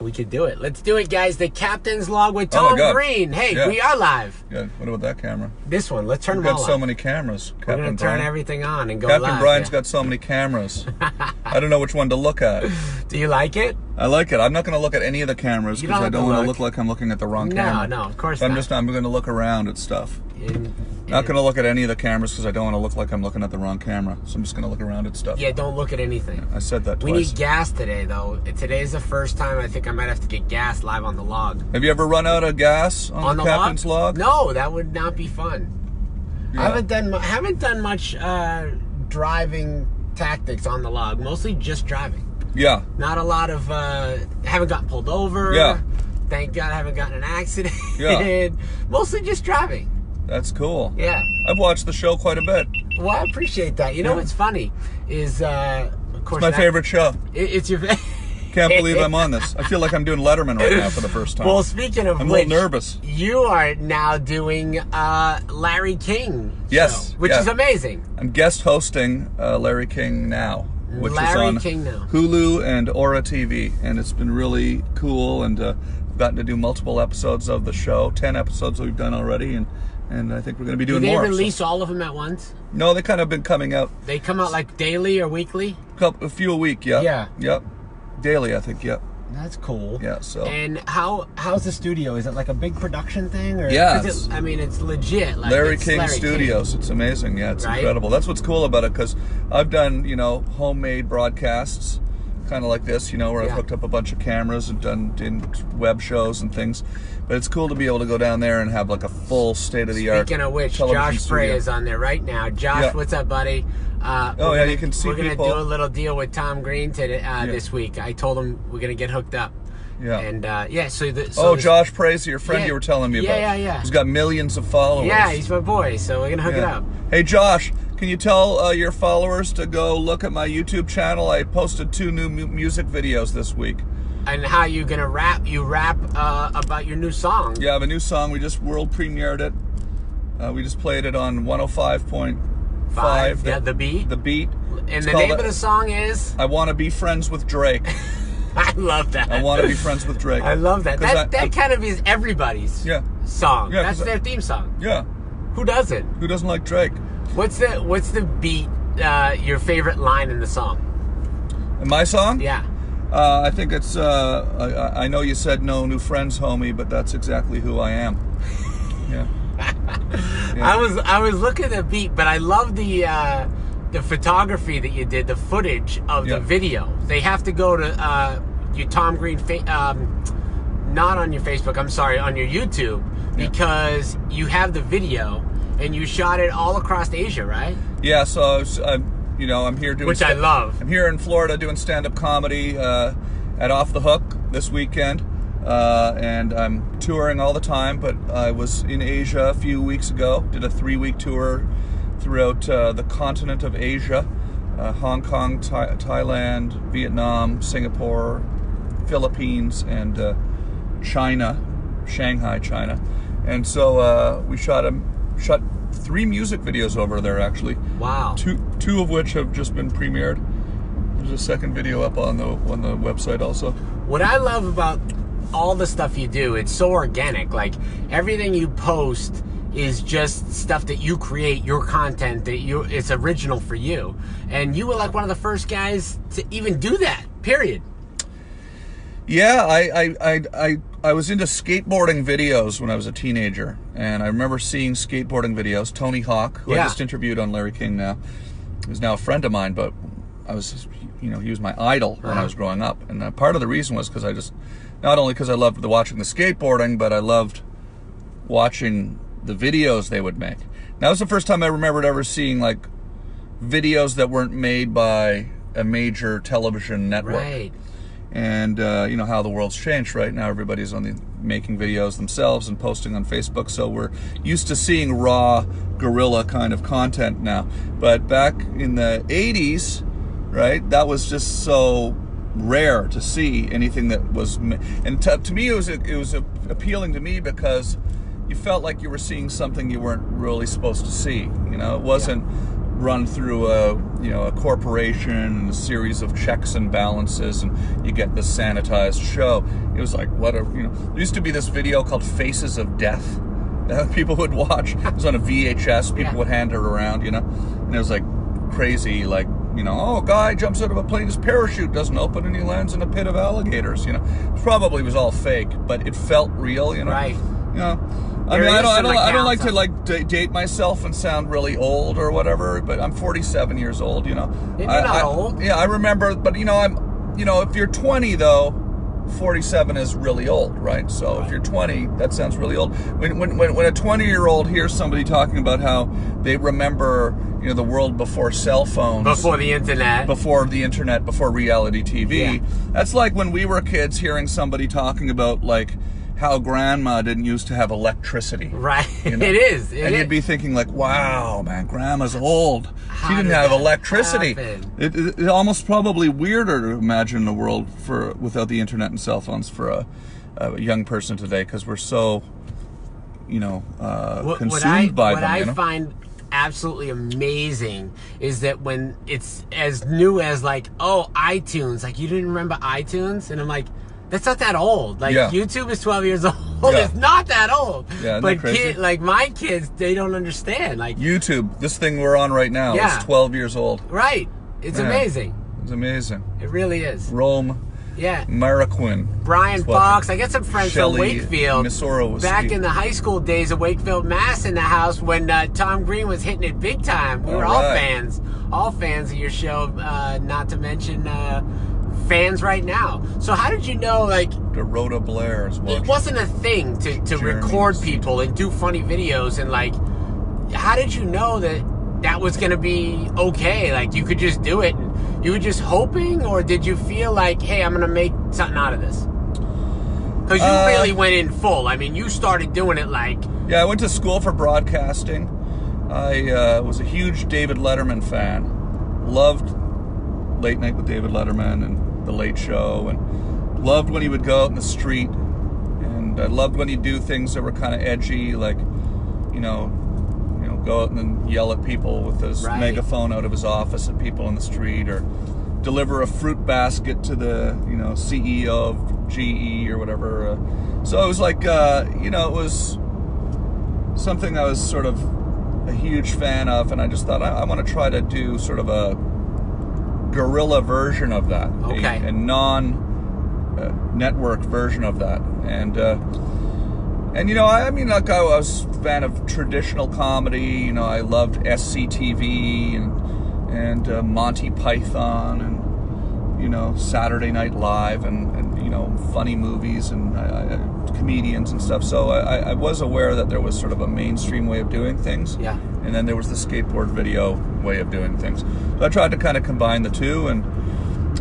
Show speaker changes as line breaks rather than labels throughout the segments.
we could do it. Let's do it, guys. The captain's log with
Oh my
Tom
God.
Green. Hey,
Yeah.
we are live.
Yeah, what about that camera?
This one. Let's turn
We've
them
got
all
so
on.
many cameras.
We're
Captain
gonna turn
Brian.
everything on and go
Captain
live.
Brian's
yeah.
got so many cameras. I don't know which one to look at.
Do you like it?
I like it. I'm not going to look at any of the cameras
You
because
don't
I
have
don't
to
want to
look.
look like I'm looking at the wrong
No,
camera.
no, of course
I'm
not.
just. I'm going to look around at stuff.
And-
Not going to look at any of the cameras because I don't want to look like I'm looking at the wrong camera. So I'm just going to look around at stuff.
yeah, don't look at anything.
I said that
We
Uh, twice.
need gas today, though. Today's the first time I think I might have to get gas live on the log.
Have you ever run out of gas on,
on
the,
the
captain's log?
No, that would not be fun.
Yeah.
I haven't done mu- I haven't done much uh, driving tactics on the log. Mostly just driving.
Yeah.
Not a lot of uh, haven't got pulled over.
Yeah.
Thank God I haven't gotten in an accident.
Yeah.
Mostly just driving.
That's cool.
Yeah.
I've watched the show quite a bit. It's
Well, I appreciate that. You know
Yeah.
what's funny is uh, of course
my
that-
favorite show.
it- it's your.
Can't believe I'm on this. I feel like I'm doing Letterman right now for the first time.
well, speaking of
I'm a
which,
little nervous.
You are now doing uh, Larry King.
Yes,
show, which
yeah.
is amazing.
I'm guest hosting uh, Larry King Now, which is
Larry
on
King Now.
Hulu and Aura TV, and it's been really cool. And uh, I've gotten to do multiple episodes of the show, ten episodes we've done already, and and I think we're going to be
Do
doing
they
more. so-
release all of them at once?
No, they kind of been coming out
They come out like daily or weekly.
couple, a few a week. Yeah.
Yeah.
Yep. Daily, I think. Yep.
That's cool.
Yeah. So.
And how how's the studio? Is it like a big production thing or?
Yeah,
'cause it-
it's-
I mean, it's legit. Like
Larry
it's
King
Larry
Studios. It's amazing. Yeah, it's
Right?
incredible. That's what's cool about it because I've done, you know, homemade broadcasts, kind of like this, you know, where
Yeah.
I've hooked up a bunch of cameras and done in web shows and things. But it's cool to be able to go down there and have like a full state of the art.
Speaking of which, Josh Bray is on there right now. Josh,
Yeah.
what's up, buddy? Uh,
Oh,
we're
yeah,
gonna-
you can see
We're gonna
people.
do a little deal with Tom Green today uh, this week. I told him we're gonna get hooked up.
Yeah.
And uh, yeah, so the so
Oh,
this-
Josh Praise, your friend
Yeah.
you were telling me
Yeah,
about.
yeah, yeah.
He's got millions of followers.
Yeah, he's my boy. So we're gonna hook it
Yeah.
up.
Hey, Josh, can you tell uh, your followers to go look at my YouTube channel? I posted two new mu- music videos this week.
And how you gonna rap? You rap uh, about your new song.
Yeah, I have a new song. We just world premiered it. Uh, we just played it on 105.5.
Five, yeah, the beat.
The beat.
And
It's
the
called
name of the song is
I want to be friends with Drake.
I love that.
I want to be friends with Drake.
I love that.
'Cause
That
I-
that
I-
kind of is everybody's
Yeah.
song.
Yeah,
That's
'cause I-
their theme song.
Yeah.
Who does it?
Who doesn't like Drake?
What's the what's the beat? Uh, your favorite line in the song?
And my song?
Yeah.
Uh, I think it's. Uh, I- I, I know you said no new friends, homie, but that's exactly who I am. Yeah. Yeah.
I was I was looking at the beat, but I love the uh, the photography that you did, the footage of
Yeah.
the video. They have to go to uh, your Tom Green, fa- um, not on your Facebook. I'm sorry, on your YouTube
Yeah.
because you have the video and you shot it all across Asia, right?
Yeah. So I was, I'm, you know, I'm here doing.
Which I
sta-
love.
I'm here in Florida doing stand-up comedy uh, at Off the Hook this weekend, uh, and I'm touring all the time. But I was in Asia a few weeks ago. Did a three-week tour throughout uh, the continent of Asia: uh, Hong Kong, Thai- Thailand, Vietnam, Singapore, Philippines, and uh, China, Shanghai, China. And so uh, we shot a shot three music videos over there actually
Wow.
two two of which have just been premiered. There's a second video up on the on the website also.
What I love about all the stuff you do, it's so organic. Like everything you post is just stuff that you create, your content that you it's original for you. And you were like one of the first guys to even do that. Period.
Yeah, I I, I I I was into skateboarding videos when I was a teenager, and I remember seeing skateboarding videos. Tony Hawk, who
Yeah.
I just interviewed on Larry King now, is now a friend of mine, but I was you know he was my idol when
Uh-huh.
I was growing up, and uh, part of the reason was because I just not only because I loved the, watching the skateboarding, but I loved watching the videos they would make. Now, that was the first time I remembered ever seeing like videos that weren't made by a major television network.
Right.
And uh, you know how the world's changed, right? Now everybody's on the making videos themselves and posting on Facebook, so we're used to seeing raw guerrilla kind of content now. But back in the '80s, right, that was just so rare to see anything that was. ma- And to, to me, it was it was appealing to me because you felt like you were seeing something you weren't really supposed to see. You know, it wasn't run through a you know a corporation and a series of checks and balances and you get this sanitized show it was like what a you know there used to be this video called faces of death that people would watch it was on a vhs people
Yeah.
would hand it around you know and it was like crazy like you know oh a guy jumps out of a plane his parachute doesn't open and he lands in a pit of alligators you know probably was all fake but it felt real you know
Right.
you know I
There
mean, I
is
don't, I
some,
don't,
like,
I don't like to
downside.
like d- date myself and sound really old or whatever, but I'm 47 years old, you know.
You're
I,
not
I-
old.
Yeah, I remember, but you know, I'm, you know, if you're 20 though, 47 is really old, right? So if you're 20, that sounds really old. When, when, when, when a 20 year old hears somebody talking about how they remember, you know, the world before cell phones,
before the internet.
before the internet, before reality TV.
Yeah.
That's like when we were kids hearing somebody talking about like how grandma didn't used to have electricity.
right.
you know?
It is. it
and
is.
you'd be thinking like, "Wow, man, grandma's old. she
How
didn't
did
have
that
electricity."
happen?
It, it, it almost probably weirder to imagine the world for without the internet and cell phones for a, a young person today because we're so, you know, uh,
what,
consumed
what I,
by
what
them.
I
you know?
find absolutely amazing is that when it's as new as like, oh, iTunes, like you didn't remember iTunes, and I'm like, that's not that old. Like
Yeah.
YouTube is 12 years old.
Yeah.
It's not that old.
Yeah, isn't that
but
crazy?
kid, like my kids, they don't understand. Like,
YouTube, this thing we're on right now
Yeah.
is 12 years old.
right? It's
Yeah.
amazing.
It's amazing.
It really is.
Rome,
Yeah.
Mariquin.
Brian
It's what-
Fox. I got some friends
Shelley
from Wakefield
Misora was
back
the-
in the high school days of Wakefield, Mass, in the house when uh, Tom Green was hitting it big time. We were all,
All right.
fans, all fans of your show. Uh, not to mention uh, fans right now. So how did you know? Like
Dorota Blair is
it
watching.
wasn't a thing to to
Jeremy
record
Seaton.
people and do funny videos and like. How did you know that that was going to be okay? Like you could just do it. And, you were just hoping, or did you feel like, hey, I'm going to make something out of this? Because you
Uh,
really went in full. I mean, you started doing it like,
Yeah, I went to school for broadcasting. I uh, was a huge David Letterman fan. Loved Late Night with David Letterman and The Late Show, and loved when he would go out in the street. And I loved when he'd do things that were kind of edgy, like you know, you know, go out and then yell at people with his
Right.
megaphone out of his office at people in the street, or deliver a fruit basket to the you know CEO of GE or whatever. Uh, so it was like uh, you know it was something I was sort of a huge fan of, and I just thought I, I want to try to do sort of a guerrilla version of that, a-
Okay.
a, non uh, network version of that, and. Uh, and you know, I, I mean, like I was a fan of traditional comedy. You know, I loved SCTV and and uh, Monty Python and you know Saturday Night Live and, and you know funny movies and I, I, comedians and stuff. So I, I- I was aware that there was sort of a mainstream way of doing things.
Yeah.
And then there was the skateboard video way of doing things. So I tried to kind of combine the two and.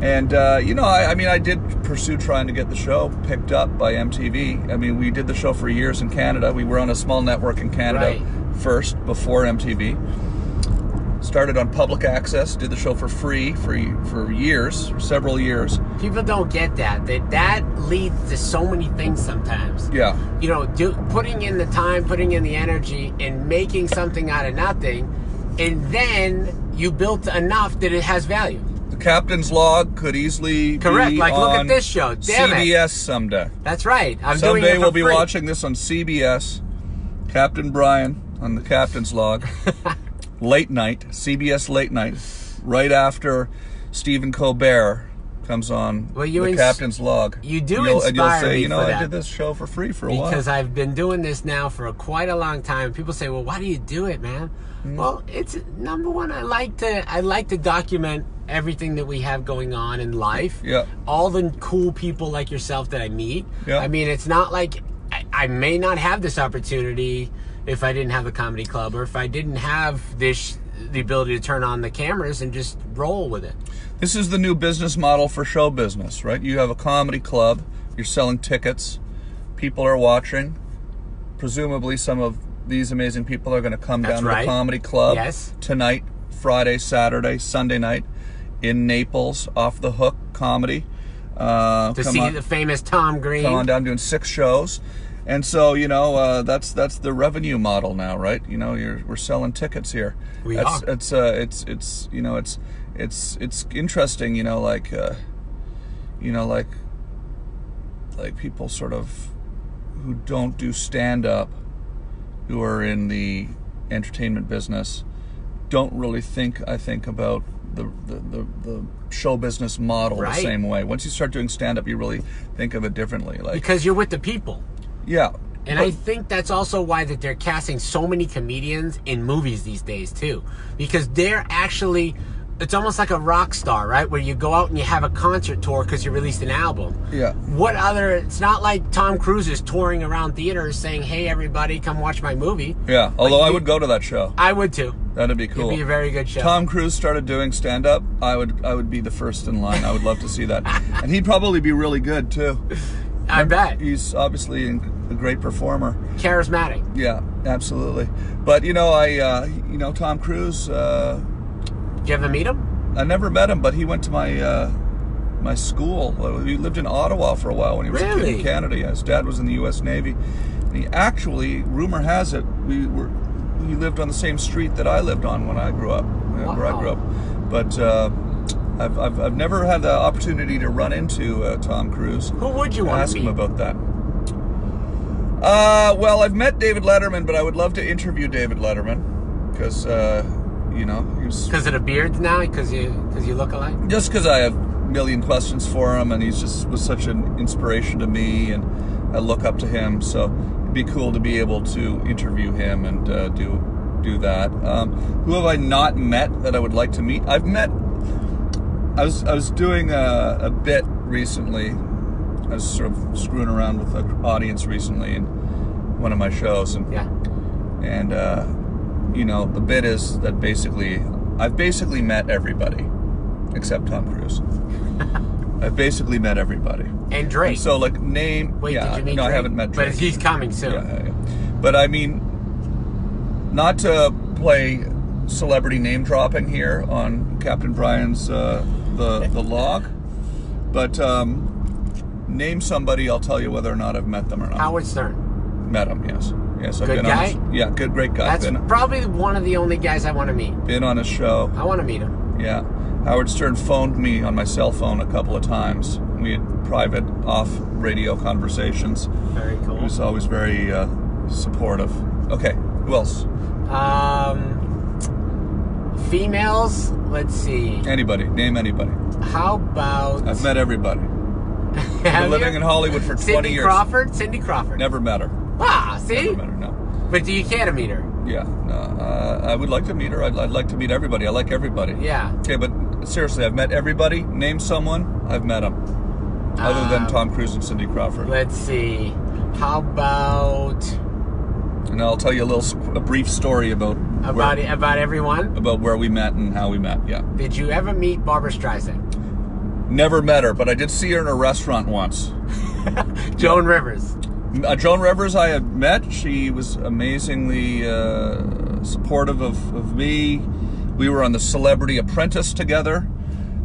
And uh, you know, I, I mean, I did pursue trying to get the show picked up by MTV. I mean, we did the show for years in Canada. We were on a small network in Canada
Right.
first before MTV. Started on public access. Did the show for free for for years, for several years.
people don't get that. That that leads to so many things sometimes.
Yeah,
You know, do, putting in the time, putting in the energy, and making something out of nothing, and then you built enough that it has value.
the captain's log could easily
Correct,
Be
like, look at
on
this show, damn it.
CBS someday.
That's right. I'm doing it
Someday
for
we'll be
free.
watching this on CBS. Captain Brian on the captain's log. late night, CBS late night, right after Stephen Colbert comes on
Well, you
the
ins-
captain's log.
you do
You'll- and you'll
inspire
say,
me
you know,
for
I
that."
did this show for free for a
because
while.
I've been doing this now for quite a long time. People say, "Well, why do you do it, man?"
Mm.
Well, it's number one. I like to I like to document everything that we have going on in life.
Yeah.
All the cool people like yourself that I meet.
Yeah.
I mean, it's not like I, I may not have this opportunity if I didn't have a comedy club or if I didn't have this the ability to turn on the cameras and just roll with it.
this is the new business model for show business, right? You have a comedy club, you're selling tickets, people are watching. Presumably, some of these amazing people are going to come
That's
down to
right.
the comedy club
Yes.
tonight, Friday, Saturday, Sunday night in Naples, off the hook comedy. Uh,
To
come
see
on-
the famous Tom Green.
Come on down, doing six shows. And so you know uh, that's that's the revenue model now, right? You know, you're, we're selling tickets here.
We
That's-
are.
It's uh, it's it's you know it's it's it's interesting. You know, like uh, you know, like like people sort of who don't do stand up, who are in the entertainment business, don't really think. I think about the the the, the show business model
Right.
the same way. Once you start doing stand up, you really think of it differently. Like
because you're with the people.
yeah.
And I think that's also why that they're casting so many comedians in movies these days too, because they're actually it's almost like a rock star, right? Where you go out and you have a concert tour because you released an album.
Yeah.
What other? It's not like Tom Cruise is touring around theaters saying, "Hey, everybody, come watch my movie."
Yeah, although I
you-
would go to that show.
I would too.
That'd be cool.
It'd be a very uh, good show.
Tom Cruise started doing stand up. I would I would be the first in line. I would love to see that, and he'd probably be really good too.
I bet
He's obviously an- a great performer.
charismatic.
Yeah, absolutely. But you know, I uh, you know Tom Cruise. Uh,
Did you ever meet him?
I never met him, but he went to my uh, my school. Uh, He lived in Ottawa for a while when he was a kid
Really?
in Canada. Yeah, his dad was in the U.S. Navy. And he actually, rumor has it, we were he lived on the same street that I lived on when I grew up, uh, where I
Wow.
grew up. But uh, I've, I've I've never had the opportunity to run into uh, Tom Cruise.
Who would you
and
want
ask
to
him
meet?
about that? Uh, well, I've met David Letterman, but I would love to interview David Letterman because uh, you know he was
Because of the beards now? Because you because you look alike?
just because I have a million questions for him, and he's just was such an inspiration to me, and I look up to him. So it'd be cool to be able to interview him and uh, do do that. Um, who have I not met that I would like to meet? I've met. I was I was doing a, a bit recently. I was sort of screwing around with the audience recently in one of my shows, and
Yeah.
and uh, you know the bit is that basically I've basically met everybody except Tom Cruise. I've basically met everybody.
And Drake.
So like name.
Wait,
yeah,
did you meet
no,
Drake?
I haven't met Drake.
But he's coming soon.
Yeah, yeah, yeah. But I mean, not to play celebrity name dropping here on Captain Brian's uh, the the log, but um, name somebody. I'll tell you whether or not I've met them or not.
Howard Stern.
Met him, yes. Yes, I've
Good
been on his-
guy?
yeah, good, great guy.
That's
been,
probably one of the only guys I want to meet.
been on his show.
I want to meet him.
Yeah. Howard Stern phoned me on my cell phone a couple of times. We had private off radio conversations.
Very
He
cool.
was always very uh, supportive. Okay, who else?
Um, females. Let's see.
Anybody. Name anybody.
How about
I've met everybody.
Have
Been living
you?
in Hollywood for 20
Cindy
years.
Crawford. Cindy Crawford.
Never met her.
Ah, see.
Never met her, no.
But do you care to meet her?
Yeah, no. Uh, I would like to meet her. I'd, I'd like to meet everybody. I like everybody.
Yeah.
Okay, but seriously, I've met everybody. Name someone. I've met them. Other
Um,
than Tom Cruise and Cindy Crawford.
Let's see. How about
And I'll tell you a little, s- a brief story about
about
where,
about everyone?
about where we met and how we met. Yeah,
Did you ever meet Barbara Streisand?
never met her, but I did see her in a restaurant once.
Joan Rivers.
Uh, Joan Rivers, I had met. She was amazingly uh, supportive of, of me. We were on the Celebrity Apprentice together.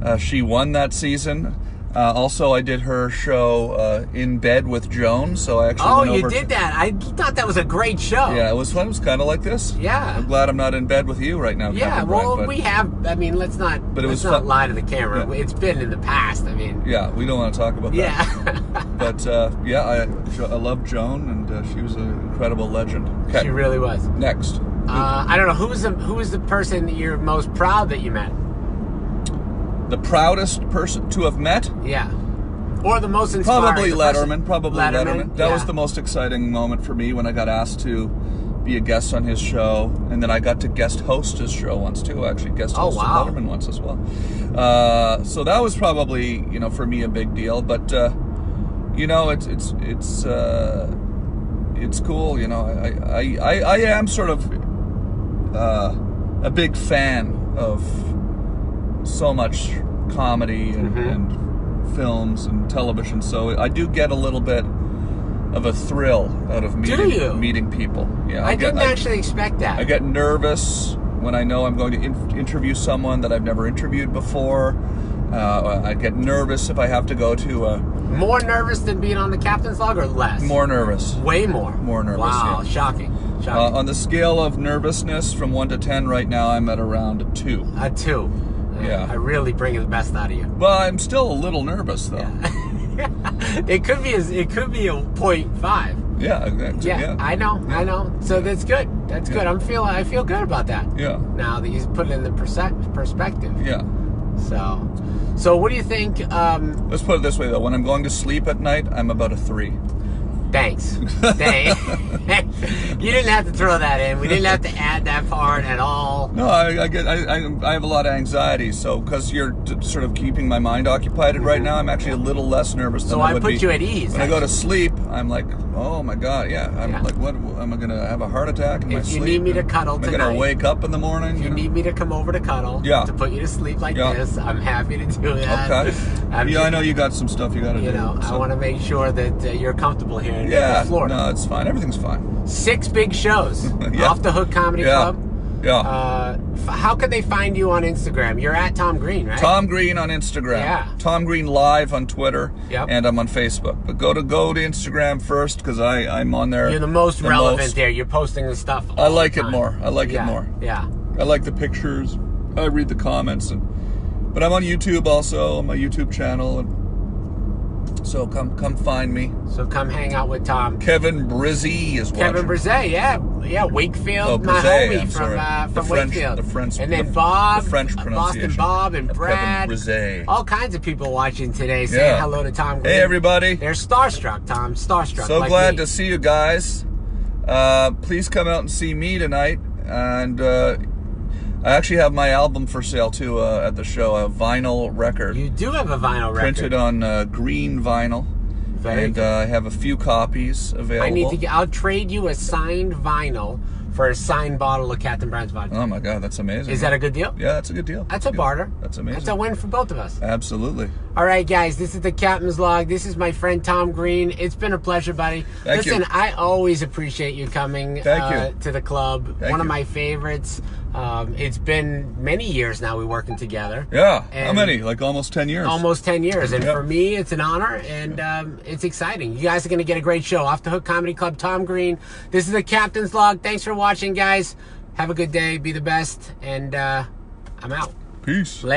Uh, she won that season. Uh, also, I did her show uh, in bed with Joan, so I actually
Oh,
went
you
over
did
to,
that. I thought that was a great show.
Yeah, it was fun. It was kind of like this.
Yeah.
I'm glad I'm not in bed with you right now.
Yeah,
Captain Brian,
well,
but-
we have. I mean, let's not.
But it
let's
was
not
fun.
lie to the camera.
Yeah.
It's been in the past. I mean,
Yeah, we don't want to talk about that.
yeah.
But uh, yeah, I, Jo- I love Joan, and uh, she was an incredible legend. Okay,
she really was.
next.
Uh, I don't know who was the who was the person that you're most proud that you met.
The proudest person to have met?
Yeah, or the most inspiring.
Probably
the person-
Letterman. Probably Letterman. That was
yeah.
the most exciting moment for me when I got asked to be a guest on his show, and then I got to guest host his show once too. Actually, guest
Oh,
hosted
wow.
Letterman once as well. Uh, so that was probably you know for me a big deal. But uh, you know it's it's it's uh, it's cool. You know I I, I, I am sort of uh, a big fan of so much comedy and,
Mhm.
and films and television, so I do get a little bit of a thrill out of meeting
you?
meeting people. Yeah,
I,
get-
didn't actually expect that.
I, get nervous when I know I'm going to in- interview someone that I've never interviewed before. Uh, I get nervous if I have to go to uh,
More nervous than being on the captain's log or less?
more nervous.
Way more.
More nervous,
Wow,
yeah.
shocking.
Uh,
Shocking.
on the scale of nervousness from one to ten, right now I'm at around a two.
a two.
uh, Yeah.
I really bring the best out of you.
Well, I'm still a little nervous though.
It could be as it could be a point five.
Yeah, exactly.
Yeah,
Yeah,
I know, I know. So that's good. That's good.
Yeah.
I'm feel I feel good about that.
yeah,
Now that you put it in the perse- perspective.
yeah.
So, so what do you think? Um,
Let's put it this way though: when I'm going to sleep at night, I'm about a three.
thanks. Thanks. you didn't have to throw that in. We didn't have to add that part at all.
No, I, I get I, I, I have a lot of anxiety, so because you're t- sort of keeping my mind occupied right now, I'm actually a little less nervous.
Mm-hmm. So
than I,
I
would
put
be.
you at ease,
When I go to sleep, I'm like, oh my god, yeah, I'm
Yeah.
like, what? Am I gonna have a heart attack in my
If you
sleep?
need me to cuddle
am I
tonight-
gonna wake up in the morning?
If you need me to come over to cuddle,
Yeah.
to put you to sleep like
Yeah.
this, I'm happy to do that.
Okay.
I'm
yeah,
just-
I know you got some stuff you got to do.
You know, I
so-
want to make sure that uh, you're comfortable here in
Yeah,
Florida.
no, it's fine. Everything's fine.
Six big shows.
Yeah.
Off the Hook Comedy
Yeah,
Club.
yeah.
Uh, f- how can they find you on Instagram? You're at Tom Green, right?
Tom Green on Instagram.
Yeah.
Tom Green live on Twitter.
Yep.
And I'm on Facebook. But go to go to Instagram first because I I'm on there.
You're the most relevant
most.
there. You're posting the stuff.
I
all the
like it
time.
more. I like
yeah.
it more.
Yeah.
I like the pictures. I read the comments. And, but I'm on YouTube also. On my YouTube channel. And so come come find me.
So come hang out with Tom.
Kevin Brizzy is
Kevin
watching.
Brzee, yeah, yeah, Wakefield,
Oh,
my
Brzee,
homie
I'm
from
sorry.
uh,
The
from
French-
Wakefield,
the French-
and
the-
then Bob, uh,
the French
Boston
pronunciation
Bob, and
of Kevin
Brad,
Brzee.
all kinds of people watching today. Saying
Yeah.
hello to Tom. Green.
Hey everybody.
They're starstruck, Tom. Starstruck.
So
like
glad
me.
to see you guys. Uh, please come out and see me tonight. And uh, I actually have my album for sale too uh, at the show, a vinyl record
You do have a vinyl record.
printed on uh, green vinyl.
Very
and
good.
uh, I have a few copies available.
I need to get. I'll trade you a signed vinyl for a signed bottle of Captain Brown's vodka.
Oh my god, that's amazing.
Is that a good deal?
Yeah, that's a good deal.
That's a
Good.
barter.
That's amazing.
That's a win for both of us.
Absolutely.
All right, guys, this is the Captain's Log. This is my friend Tom Green. It's been a pleasure, buddy.
Thank you.
Listen, I always appreciate you coming
Thank
uh,
you.
to the club.
Thank
One of
you.
my favorites. Um, it's been many years now we working together.
Yeah. How
And-
many? Like almost 10 years.
Almost 10 years. And
Yep.
for me, it's an honor and um, it's exciting. You guys are going to get a great show. Off the Hook Comedy Club, Tom Green. This is the Captain's Log. Thanks for watching, guys. Have a good day. Be the best. And uh, I'm out.
Peace.
Later.